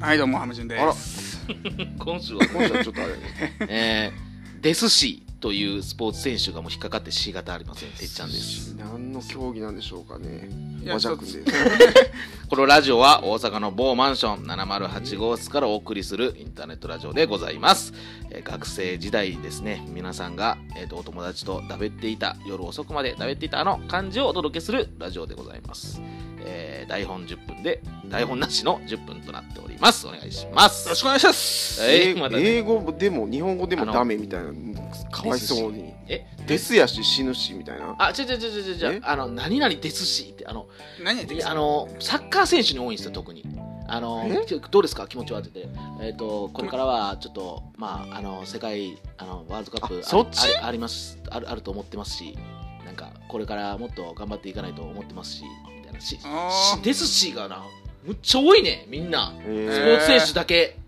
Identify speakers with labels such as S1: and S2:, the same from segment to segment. S1: はいどうもハムジンで
S2: あら
S1: す
S3: 今週は
S2: 今週はちょっとあれやね
S3: えー、デスシーというスポーツ選手がもう引っかかって C 型ありません、てっちゃんです。
S2: 何の競技なんでしょうかね
S1: いや
S2: 和
S1: ち
S2: ジ
S1: ょ
S2: ャ
S1: っと
S2: 君で
S3: このラジオは大阪の某マンション708号室からお送りするインターネットラジオでございます。えー学生時代ですね、皆さんが、えー、とお友達とだべっていた、夜遅くまでだべっていたあの感じをお届けするラジオでございます。えー台本10分で、台本なしの10分となっております。お願いします。
S1: よろしくお願いします
S3: え
S2: 英
S3: ーまたね
S2: 英語でも日本語でも
S3: あの
S2: ダメみたいなかわいそうに
S3: え、
S2: ですやし死ぬしみたいな
S3: あ、ちょちょちょちょちょ
S2: え、
S3: あの、何々ですしって、あの、
S1: 何やって
S3: であのサッカー選手に多いんですよ、特に。あの
S2: え
S3: ちょどうですか、気持ちはってて、えーと、これからはちょっと、まあ、あの世界あのワールドカップ
S2: あそっち
S3: ああありますあるあると思ってますし、なんかこれからもっと頑張っていかないと思ってますし、みたいなし、し
S1: あー
S3: ですしがな、むっちゃ多いね、みんな、
S1: え
S2: ス
S3: スポ
S1: ー
S3: ーツ選手だけ。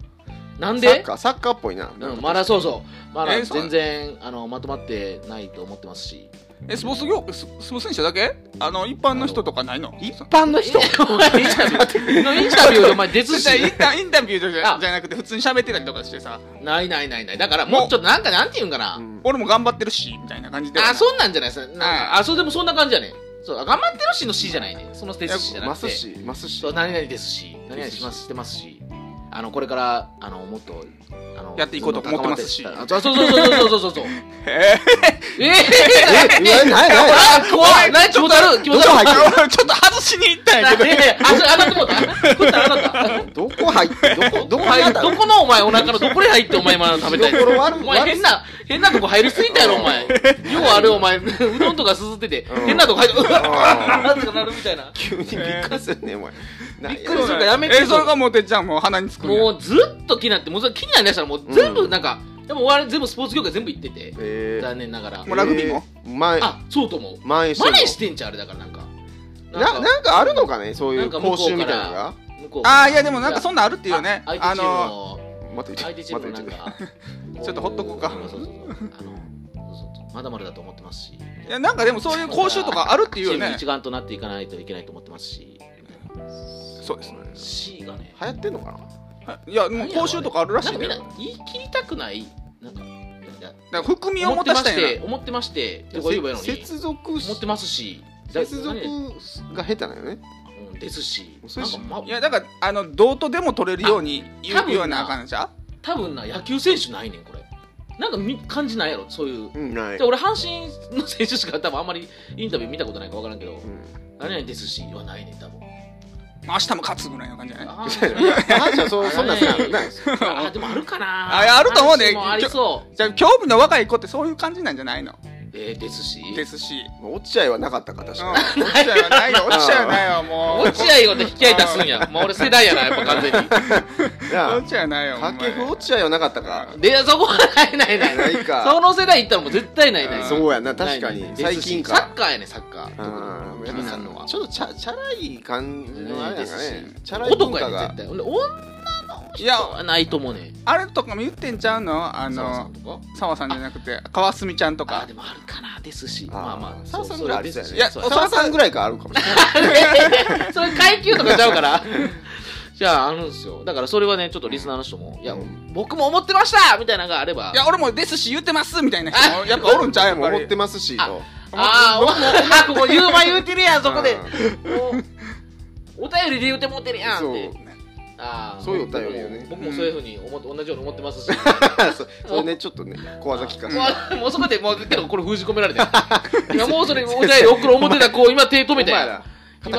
S3: なん
S2: サッ
S3: で
S2: カーサッカーっぽいな
S3: うん、まだそうそう、ま
S1: え
S3: だ
S1: ーそう
S3: 全然あのまとまってないと思ってますし、
S1: えスポーツ業ススポーツ選手だけあの一般の人とかないの
S2: 一般の人
S3: お前インタビ ューのインタビューでお前、です
S1: 絶
S3: し
S1: 対インタインタビューとかじゃ
S3: あ
S1: じゃなくて普通に喋ってたりとかしてさ
S3: ないないないないだからもうちょっとなんかなんていうんかな、
S2: うん
S1: 俺も頑張ってるしみたいな感じではない
S3: あそんなんじゃないですなんかあそうでもそんな感じやねそう頑張ってるしのしじゃないねそのステージじゃな
S2: マ
S3: くて
S2: スしマスし
S3: そう何々ですし何々しますしてますしあのこれからあのもっとあの
S1: やっていこうと思ってますし
S3: あそうそうそうそうそうそうそう
S1: え
S3: ええ
S2: ええ何何
S3: あ怖い何気持ち悪い気持ち悪い
S1: ーちょっと外しに行ったんやけど
S3: いやいやあそれあなたもったあなたあなた
S2: どこ入ってど こどこ入
S3: 入
S2: っ
S3: る
S2: た
S3: どこのお前お腹のどこで入ってお前今食べたい
S2: ところ悪
S3: お前
S2: 悪
S3: 変な変なとこ入りすぎたやろお前ようあれお前うどんとかすすってて
S2: うん
S3: 変なとこ入ってう
S2: あ
S3: わっとかなるみたいな
S2: 急にびっくりするねお前び
S3: びっくりするからやめて
S1: えそれがもうてっちゃんもう鼻につくんや
S3: もうずっと気になってもうそれ気になりだしたらもう全部なんか、でも俺全部スポーツ業界全部行ってて
S2: えー
S3: 残念ながら
S1: もうラグビーも
S2: えー前
S3: あそうと思う
S2: 前
S3: マネし
S2: して
S3: んちゃうあれだからなんか
S2: んのななんかあるのかねそうい
S3: な
S2: うん
S3: か向こ
S2: 講習
S3: うから
S2: みたいなのが
S3: 向こう
S1: ああいやでもなんかそんなんあるっていうね
S3: あ相
S1: あ
S3: 手チーム
S1: の
S3: の
S2: 待って
S3: 相手チーム
S2: 待
S3: の
S2: って
S3: なん か
S1: ちょっとほっとこうか
S3: そうそうそうあのそうそうそうまだまだだと思ってますし
S1: いやなんかでもそういう講習とかあるっていう
S3: チーム
S1: ね
S3: 一丸となっていかないといけないと思ってますし
S1: そうですね
S3: C がね
S2: 流行ってんのかない
S1: やもう講習とかあるらしい
S3: なんか
S1: ね
S3: みん
S1: だ
S3: な
S1: か
S3: 言い切りたくないなんかなんだ
S1: ら含みを持たしたん
S3: 思っ
S1: や
S3: てまして思ってましてってこう言えばいいのに
S2: 接続し
S3: 思ってますしだ
S2: 接続
S3: 何
S2: が下手なのよね
S3: うんですし
S2: そ
S3: な
S2: れ
S3: んか、ま
S1: な、いやだからあのどうとでも取れるように言
S3: 多
S1: う
S3: 分な
S1: ようなあかんじゃ
S3: 多分な野球選手ないねんこれなんかみ感じないやろそういう
S2: うんない
S3: で俺阪神の選手しか多分あんまりインタビュー見たことないから分からんけど
S2: うん
S3: 何々ですしはないねん多分
S1: 明日も勝つぐらいの感じじゃない
S3: あー
S2: 話は そうそんなんするない
S3: あーでもあるかな
S1: あいやあると思うね
S3: 阪神もありそ
S1: じゃあ興味の若い子ってそういう感じなんじゃないの
S3: うえーですし
S1: ですし
S2: 落合はなかったか確
S1: うん
S2: か
S1: 落ちちゃうよないよ落ちちゃうよないよ もう
S3: 落合をね引き合い出すんや。まあ俺世代やな、やっぱ完全に。
S2: にいや
S1: 落ちちゃうよないよお前
S2: 掛布落合はなかったか
S3: で、そこはないないない。
S2: ないか
S3: その世代行ったらもう絶対ないない。
S2: そうやな
S3: な
S2: 確
S3: い
S2: か
S3: ない
S2: に
S3: です
S2: 最
S3: し
S2: 近
S3: サ
S2: か
S3: ッカーやね、サッカー。
S2: うん
S3: 気になるのは
S2: ちょっとチャチャラい感じのあれなんか
S3: ね
S2: ね
S3: で
S2: チャラい文
S3: 男
S2: 化
S3: やね、
S2: が
S3: 絶対。ほんで女
S1: いや
S3: はないと思うね。
S1: あれとかも言ってんちゃうのあ
S3: 澤
S1: の
S3: さんとか
S1: 澤さんじゃなくて川澄ちゃんと
S3: あー、
S1: か
S3: でもあるかな、ですし。
S2: あー
S3: まあまあ、
S2: 澤さん
S3: そう
S2: ぐらいありそ
S3: で
S2: う
S3: す
S2: やね
S3: しいや、そう
S1: お
S2: 澤さんぐらいからあるかもしれない
S3: それ階級とかちゃうから。じゃあ、あるんですよ。だからそれはね、ちょっとリスナーの人も、いや
S2: うん、
S3: 僕も思ってましたみたいなのがあれば。
S1: いや俺もですし言ってますみたいな人もやっぱおるんちゃうやっ
S2: も
S1: ぱ
S2: 思っ
S1: り
S2: てますしと
S3: ああ、お前、ここ言う前言うてるやん、そこで。
S2: うん
S3: おお便りで言うてもうてるやんって
S2: そ。
S3: ああ
S2: そういうお便りよね
S3: 僕も僕もそういうふうに思って、同じように思ってますし。
S2: そう そうねちょっとね小技聞かせて
S3: もうもうそこで、もう、でもこれ封じ込められ てる。いや、もうそれ、お便り送る思ってた子、今手止めた
S2: お前
S3: や
S2: ら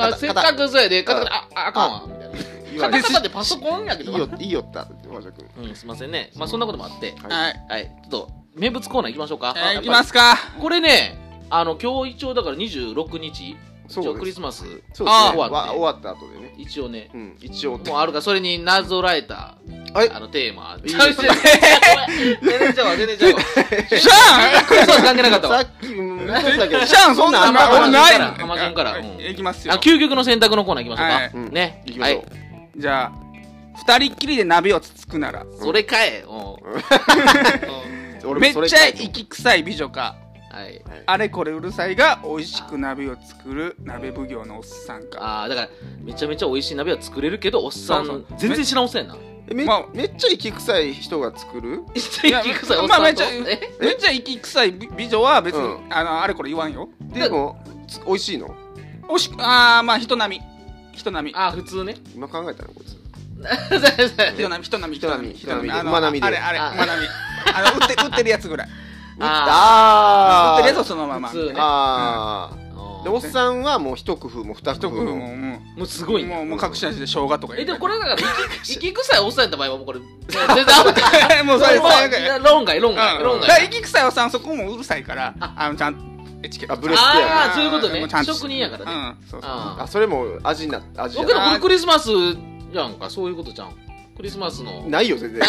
S3: ん。今、せっかくそうやで、カタカタ、あ、ああかんわ。みたいな。
S2: 言わ
S3: カ
S2: れ
S3: タ
S2: て
S3: カタってパソコンやけ
S2: い
S3: ど
S2: い。よいいよった和田君
S3: うん、すいませんね。まあ、そんなこともあって。
S2: は
S1: はい
S3: はい、ちょっと、名物コーナー行きましょうか。
S1: えー
S3: や
S1: い
S3: っぱり
S1: きますか
S3: これね、あの、今日一応だから26日、一
S2: そうです
S3: 応クリスマス、
S2: そうです
S1: あ
S2: ね
S3: ー
S2: わ終わった後でね
S3: 一応ね、
S2: うん一応
S3: もうあるから、それになぞらえた、
S2: はい
S3: あの、テーマ。
S2: いい
S3: 全
S2: で
S3: 然
S2: す
S3: ちゃうわ、全然 ちゃうわ。
S1: じゃ
S3: クリスマス関係なかった
S2: さ
S3: わ。
S2: っきうん言ってたけど
S1: あじゃあそんなん
S2: そんなん
S1: 俺ない
S3: アマゾンからアマゾンからうん
S1: いきますよ
S3: あ究極の選択のコーナー行きましょうか。
S1: はい
S2: うん
S3: ね
S2: 行。きま
S3: は
S2: しょう
S3: い。
S1: じゃあ二人っきりで鍋をつつくなら
S3: それかえ。うん。
S2: 俺
S1: め
S2: もそれ
S1: っちゃ息臭い美女か
S3: はい。
S2: はい
S1: あれこれうるさいが美味しく鍋を作る鍋奉行のおっさんか
S3: ああ、だから、めちゃめちゃ美味しい鍋は作れるけど、おっさ
S1: そうんそう、
S3: 全然知らんおっさんやな。
S2: えめ,、
S1: まあ
S2: めっちゃ息臭い人が作る
S3: めっちゃ息臭いおっさんと
S1: まあめっちゃ
S3: え
S1: めっちゃ息臭い美美女は別に、
S2: う
S1: あのあれこれ言わんよ
S2: でもつ美味しいの
S1: おしああまあ人並み人並み
S3: あ普通ね
S2: 今考えたのこいつ
S1: 人並み人並み人並
S2: 人並み
S1: み
S2: 人並み
S1: あの
S2: 馬並みで
S1: あれあれ
S3: あ
S1: 馬並みあの売って売ってるやつぐらい売っ
S2: あ
S1: てる
S2: ー
S1: やつをそのまま
S3: 普通ね
S2: あ
S3: あ
S2: ー
S3: ー
S2: でおっさんはもう一工夫も二工
S1: 特
S2: 夫
S1: もうも
S2: も
S3: もうすご
S1: う
S3: いね
S1: もうもう隠し味で生姜とか入れて
S3: えでもこれだから息息臭いおっさんやった場合はもうこれ全然アウ ト
S1: もうそれ最悪や
S3: 論外論外
S1: うん
S3: 論
S1: だから
S3: 外
S1: 息臭いおっさんそこもうるさいからあのちゃんとエチケット
S2: あブレステや
S3: ああそういうこと
S1: も
S3: ね
S1: うちゃんと
S3: 職人やからね
S1: うんそうそう
S3: あ
S2: あそれも味な味じ
S3: ー
S2: ゃ
S3: 僕でも
S2: な
S3: こ
S2: い
S3: れクリスマスやんかそういうことじゃんクリスマスの
S2: ないよ全然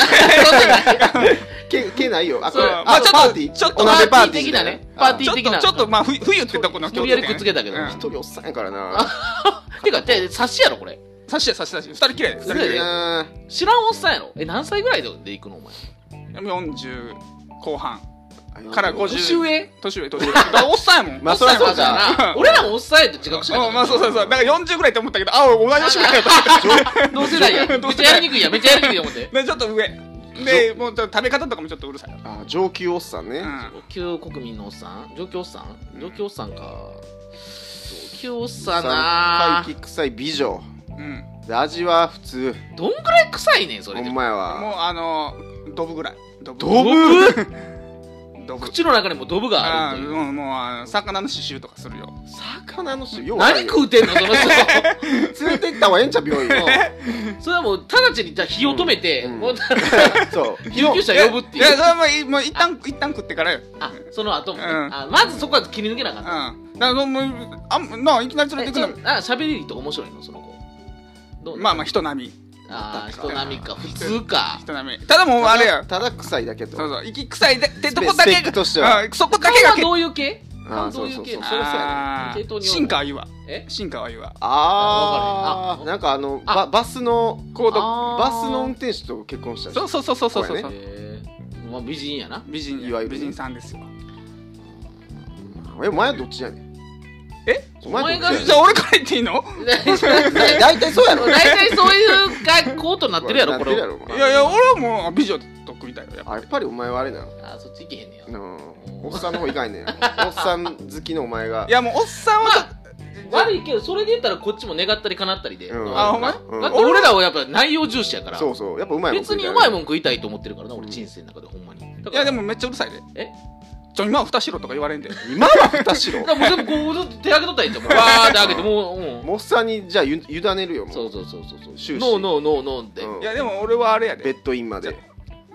S2: けけないよあ
S3: そう
S2: これ
S1: まあ
S2: あ
S1: ちょっと
S2: パーティー
S1: ちょっと
S2: お鍋パーティー
S3: 的なね
S2: あー
S3: パーティー
S1: ちょっ
S3: 的な
S1: とちょっとまあふ冬ってとこの
S3: 無理やりくっつけたけど
S2: 一人おっさんやからな
S3: てかて差しやろこれ
S1: さしてさしてさして二人きれいです
S3: そ
S1: 二
S3: う
S1: 人きれ
S3: やね
S1: い
S2: あ
S3: 知らんおっさんやろえ何歳ぐらいでで行くのお前
S1: 40後半
S2: ー
S1: から50
S3: 年上
S1: 年上年上だからおっさんやもん
S2: まあそりゃそう
S1: おっさんやもん
S2: だ
S3: な俺らもおっさんやと自覚しな
S1: うんまあそうそうそう
S3: ど
S1: だから40ぐらいって思ったけどあ俺同い年ぐらいだと思った
S3: 同世代やめっちゃやりにくいやめっちゃやりにくいや思って
S1: でちょっと上でもうちょっと食べ方とかもちょっとうるさい
S2: あー上級おっさんね、
S1: うん
S3: 上級国民のおっさん上級おっさん
S1: うん
S3: 上級おっさんか上級おっ
S2: さ
S3: さんな
S2: 臭い臭い美女
S1: うん
S2: で味は普通
S3: どんぐらい臭いねんそ
S2: ほ
S3: れで
S2: んまや
S1: も
S2: わ
S1: うあのドブぐらいドブ
S2: ドブ
S1: ドブ
S3: 口の中にもドブがあ
S1: あ
S3: るという
S1: うんもうあの魚の刺繍とかするよ
S2: 魚の種ようない
S3: 何食うてんのその人
S2: 連れて行った方がええんちゃう病院
S3: それはもう直ちにじゃあ火を止めて、
S2: うん
S3: もう
S2: そう
S3: 救急車呼ぶってい
S1: やや
S3: う
S1: それはもういもう一旦一旦食ってからよ
S3: あその後もね、
S1: うん
S3: あまずそこは切り抜けなあか
S1: う
S3: っ
S1: んだ
S3: た、
S1: からもうあんないきなり連れてく
S3: えちょ
S1: の
S3: っとあ喋りとか面白いのその子どう
S1: まあまあ人並み
S3: あー人並みか普通か
S1: 人並みただもうあれや
S2: ただただ臭いだけと
S1: そうそう息臭いでってとこだけ
S2: スペスペックとしては
S1: うんそこだけが
S3: は
S1: け
S3: どういう系
S2: あー
S3: どういう系
S2: そうそうそう
S3: そりゃそうやね
S1: あ
S3: 正当
S1: ー
S3: に
S1: 進化は言うわ
S3: え
S1: 進化は言うわ
S2: あ
S3: わかるあ
S2: あなんかあの
S3: あ
S2: ババスの
S1: 高度
S3: あー
S2: バスの運転手と結婚した
S1: そう
S2: し
S1: そうそうそうそうそう、
S2: こ
S3: へーまあ美人やな
S1: 美人
S2: いわゆる
S1: 美人さんですよ
S2: えお前はどっちやねん
S1: え
S2: お前どっ
S3: お前
S2: ち
S1: じ
S2: や
S1: ゃあ俺から言っていいの
S3: 大
S2: ねん大体そうやろ
S3: 体そういう学校となってるやろ
S2: な
S3: こ
S2: ってる
S3: れ
S2: やろお前
S1: いやいや俺はもう美女と組みたいよやっぱ
S2: あやっぱりお前はあれなの
S3: あそっち行けへんねや
S2: うんおっさんの方以外 ねんおっさん好きのお前が
S1: いやもうおっさんは、
S3: 悪いけどそれで言ったらこっちも願ったり叶ったりで、
S2: うん
S1: あほんま
S3: だって俺らはやっぱ内容重視やから
S2: そうそうやっぱうまいもん
S3: 別にうまいもん
S2: ん
S3: 食いたいと思ってるからな俺人生の中でほんまにだから
S1: いやでもめっちゃうるさいで
S3: え
S1: ちょ今は蓋しろとか言われんで
S2: 今は蓋しろ
S3: だからもう全部こうずっと手上げとったらいいじゃんもうわーって上げてもう、うん、
S2: もうおっさんにじゃあゆ委ねるよもう
S3: そうそうそうそうそう
S2: 終始
S3: ノーノーノーノーって、
S2: うん
S1: いやでも俺はあれや
S2: ベ
S1: で
S2: ッドインまで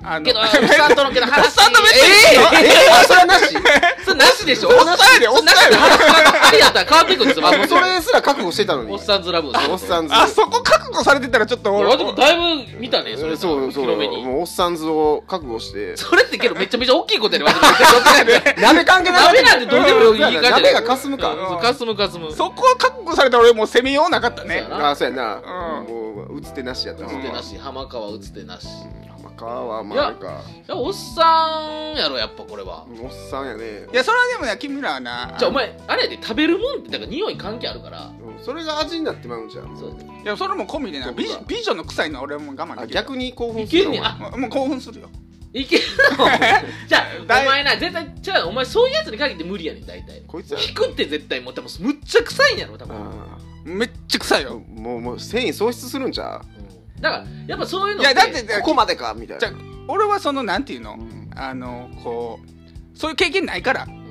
S1: あの
S3: けどおっさんとのけど話おっさんと
S2: えあそれはなし
S3: えそれなしでしょ
S1: おっさんやでおっ
S3: なし
S1: さん
S3: で
S1: や
S3: 話ありやったら変わっていくんですよ、ま
S2: あもう
S3: あ、
S2: それすら覚悟してたのに
S3: おっさんずラブ
S2: おっさん
S1: で
S2: ず
S1: あそこ覚悟されてたらちょっと俺
S3: 俺でもだいぶ見たねそれ
S2: そうそう
S3: 広めに
S2: もうおっさんずを覚悟して
S3: それってけどめちゃめちゃ大きいことやね私
S2: 鍋関係
S3: 鍋なんてどうでもよいい感じだよ
S2: 鍋がかすむ
S1: うん
S2: か
S3: そうかすむかすむ
S1: そこは覚悟されたら俺もう攻めようなかったね
S3: そうやな
S2: あそうやな
S1: うん
S2: もう打つ手なしやっ
S1: 打
S2: た
S3: 打つて
S2: な
S3: なし浜川打つてなしい
S2: まあかはまああれか
S3: やおっさんやろやっぱこれは
S2: おっさんやね
S1: いやそれはでもね君らはな
S3: じゃあお前あれやで食べるもんってだから匂い関係あるから
S2: うんそれが味になってまうんじゃん
S3: そう
S1: いやそれも込みでな
S2: そうか
S1: 美美女の臭いのは俺はもう我慢で
S2: あ
S1: きる
S2: 逆に興奮
S3: い
S2: する
S3: け
S2: の
S3: んねんあ
S1: もうもう興奮するよ
S3: いけるの じゃあ
S1: だい
S3: お前な絶対じゃあお前そういうやつに限って無理やねん大体
S2: こいつは
S3: 引くって絶対もう多分むっちゃ臭いんやろ多分
S2: あ
S1: めっちゃ臭い
S2: ー
S1: よ
S2: もうもう繊維喪失するんじゃ
S3: うんだからやっぱそういうの
S1: いやだって
S2: うここまでかみたい
S1: じ
S2: な
S1: ゃ俺はそのなんていうの
S2: うん
S1: あのこうそういう経験ないから
S3: うん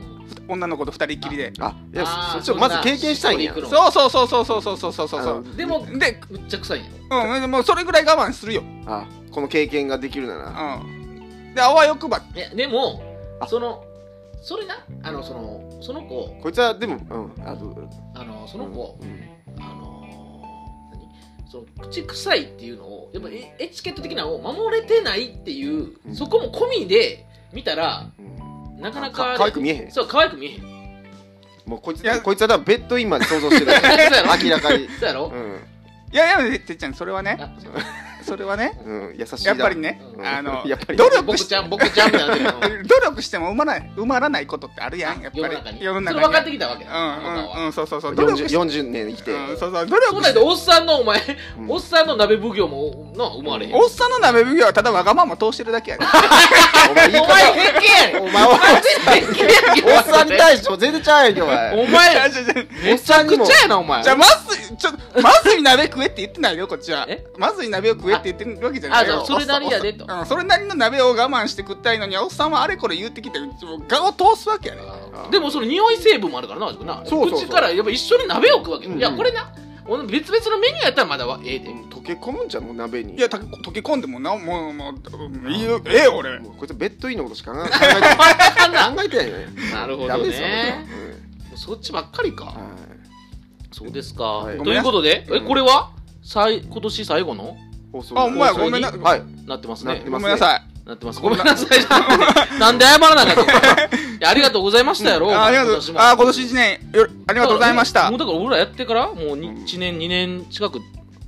S1: 女の子と二人っきりで
S2: あいや
S3: あー
S2: そそっちをまず経験したいんや
S3: そんな
S1: そうそうそうそうそうそうそうそうそ
S2: あ
S1: う
S3: でも
S1: で
S3: むっちゃ臭いんやろ
S1: うんでもうそれぐらい我慢するよ
S2: あこの経験ができるなら
S1: うんであわよくば
S3: いやでも
S2: あ
S3: そのそれなあのそのその子
S2: こいつはでもうんあと
S3: あのその子、
S2: うん
S3: あの何その口臭いっていうのをやっぱエエチケット的なのを守れてないっていう、
S2: うん
S3: そこも込みで見たら
S2: うん
S3: なかなか
S2: か可愛く見えへん
S3: そう可愛く見えへんそ
S2: もうこいつ
S1: いや
S2: こいつはだからベッド インまで想像してる
S3: うやろ
S2: 明らかに
S3: そうやろ、
S2: うん
S1: いやいやてっちゃんそれはね
S3: あ
S1: それはね
S2: うん、優しいな
S1: やっぱりね
S2: うん
S1: あの
S2: やっぱり
S1: 努力
S3: 僕
S1: し
S3: ちゃん、僕ちゃんみたいになってるよ。
S1: 努力しても埋まらない埋まらないことってある やんやっ
S3: 世
S1: ぱ
S3: の
S1: り
S3: 中に。
S1: 世の中
S3: そ
S1: に
S3: れ分かってきたわけだ。
S1: うんうんうんそうそうそう努力
S2: 40,
S1: して
S2: 40年生きて、
S1: うんそうそう努
S3: そう
S1: 力
S3: だけ
S1: し
S3: ど、おっさんのお前、
S2: うん
S3: おっさんの鍋奉行も、な、生まれへん。
S1: おっさんの鍋奉行はただわがまま通してるだけやね
S2: お前言い
S3: お
S2: 方
S3: 前、偏見やねん。
S2: お前は
S3: 全然偏見やね
S2: おっさんに対しても全然ちゃうやんけお前
S3: お前、
S1: じゃじゃ
S3: めちゃくちゃやな、お前。
S1: じゃあまずいちょまずい鍋食えって言ってないよこっちは
S3: え
S1: まずい鍋を食えって言ってるわけじゃないよ
S3: あじゃあそれなりやでと
S1: おっさんうんそれなりの鍋を我慢して食ったいのにおっさんはあれこれ言ってきてもう我を通すわけやね
S3: あでもその匂い成分もあるからな、味くな。
S2: そうそうそう
S3: 口からやっぱ一緒に鍋を食うわけ。
S2: うん
S3: いや、これな、俺別々のメニューやったらまだわええで。
S2: 溶け込むんじゃんもう鍋に
S1: いやた溶け込んでもなもうもうもういいよええよ俺
S2: もうこいつベッドインのことしか考えてない考えてないよね
S3: なるほ
S2: ダ
S3: ど
S2: メですよ、
S3: ね。
S2: う
S3: そっちばっかりか。
S2: んはい
S3: そうですか。
S2: はい
S3: ということで、
S2: うん
S3: え、これは最今年最後の
S2: 放送
S1: あお前
S2: 放送
S1: ご
S2: に
S1: めんな
S2: はい
S3: なってます
S2: なっ
S3: ね
S2: て。
S1: ごめんなさい
S3: なってます。ごめんなさい。なんで謝らなかったのいやありがとうございましたやろ。
S1: あありがとう
S3: も
S1: あ今年1年よありがとうございまし
S3: だか
S1: た
S3: らもうだから俺らやってからもう
S2: うん
S3: 1年、2年近く、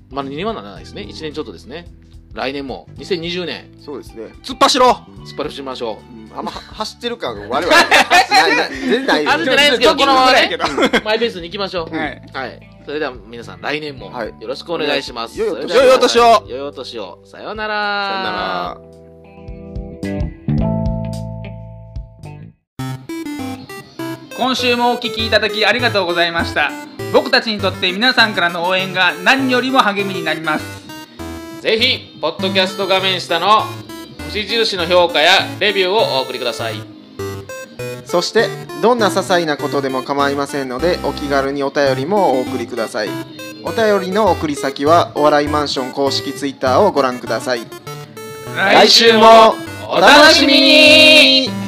S3: まだ2年はならないですね。1年ちょっとですね。来年も2020年、
S2: そうですね
S1: 突っ走ろう
S3: 突っ張りしましょ
S2: う んあんまは走ってる感が我々ないない全然ないよ
S3: あるじゃないですけど
S1: ちょっとちょっと
S3: このままね
S1: ちょっとちょっと
S3: う。マイペースに行きましょう。
S1: ぐらいやけど
S3: はい。それでは皆さん、来年も
S2: はい
S3: よろしくお願いします。
S2: 良いお
S3: それ
S2: 年
S3: では
S1: 良いお年を
S3: 良いお年を。さような
S2: さ
S3: ら。
S2: よなら
S4: 今週もお聞きいただきありがとうございました僕たちにとって皆さんからの応援が何よりも励みになります
S3: ぜひ、ポッドキャスト画面下の星印の評価やレビューをお送りください。
S2: そしてどんな些細なことでも構いませんのでお気軽にお便りもお送りくださいお便りの送り先はお笑いマンション公式ツイッターをご覧ください
S4: 来
S2: 週もお楽しみに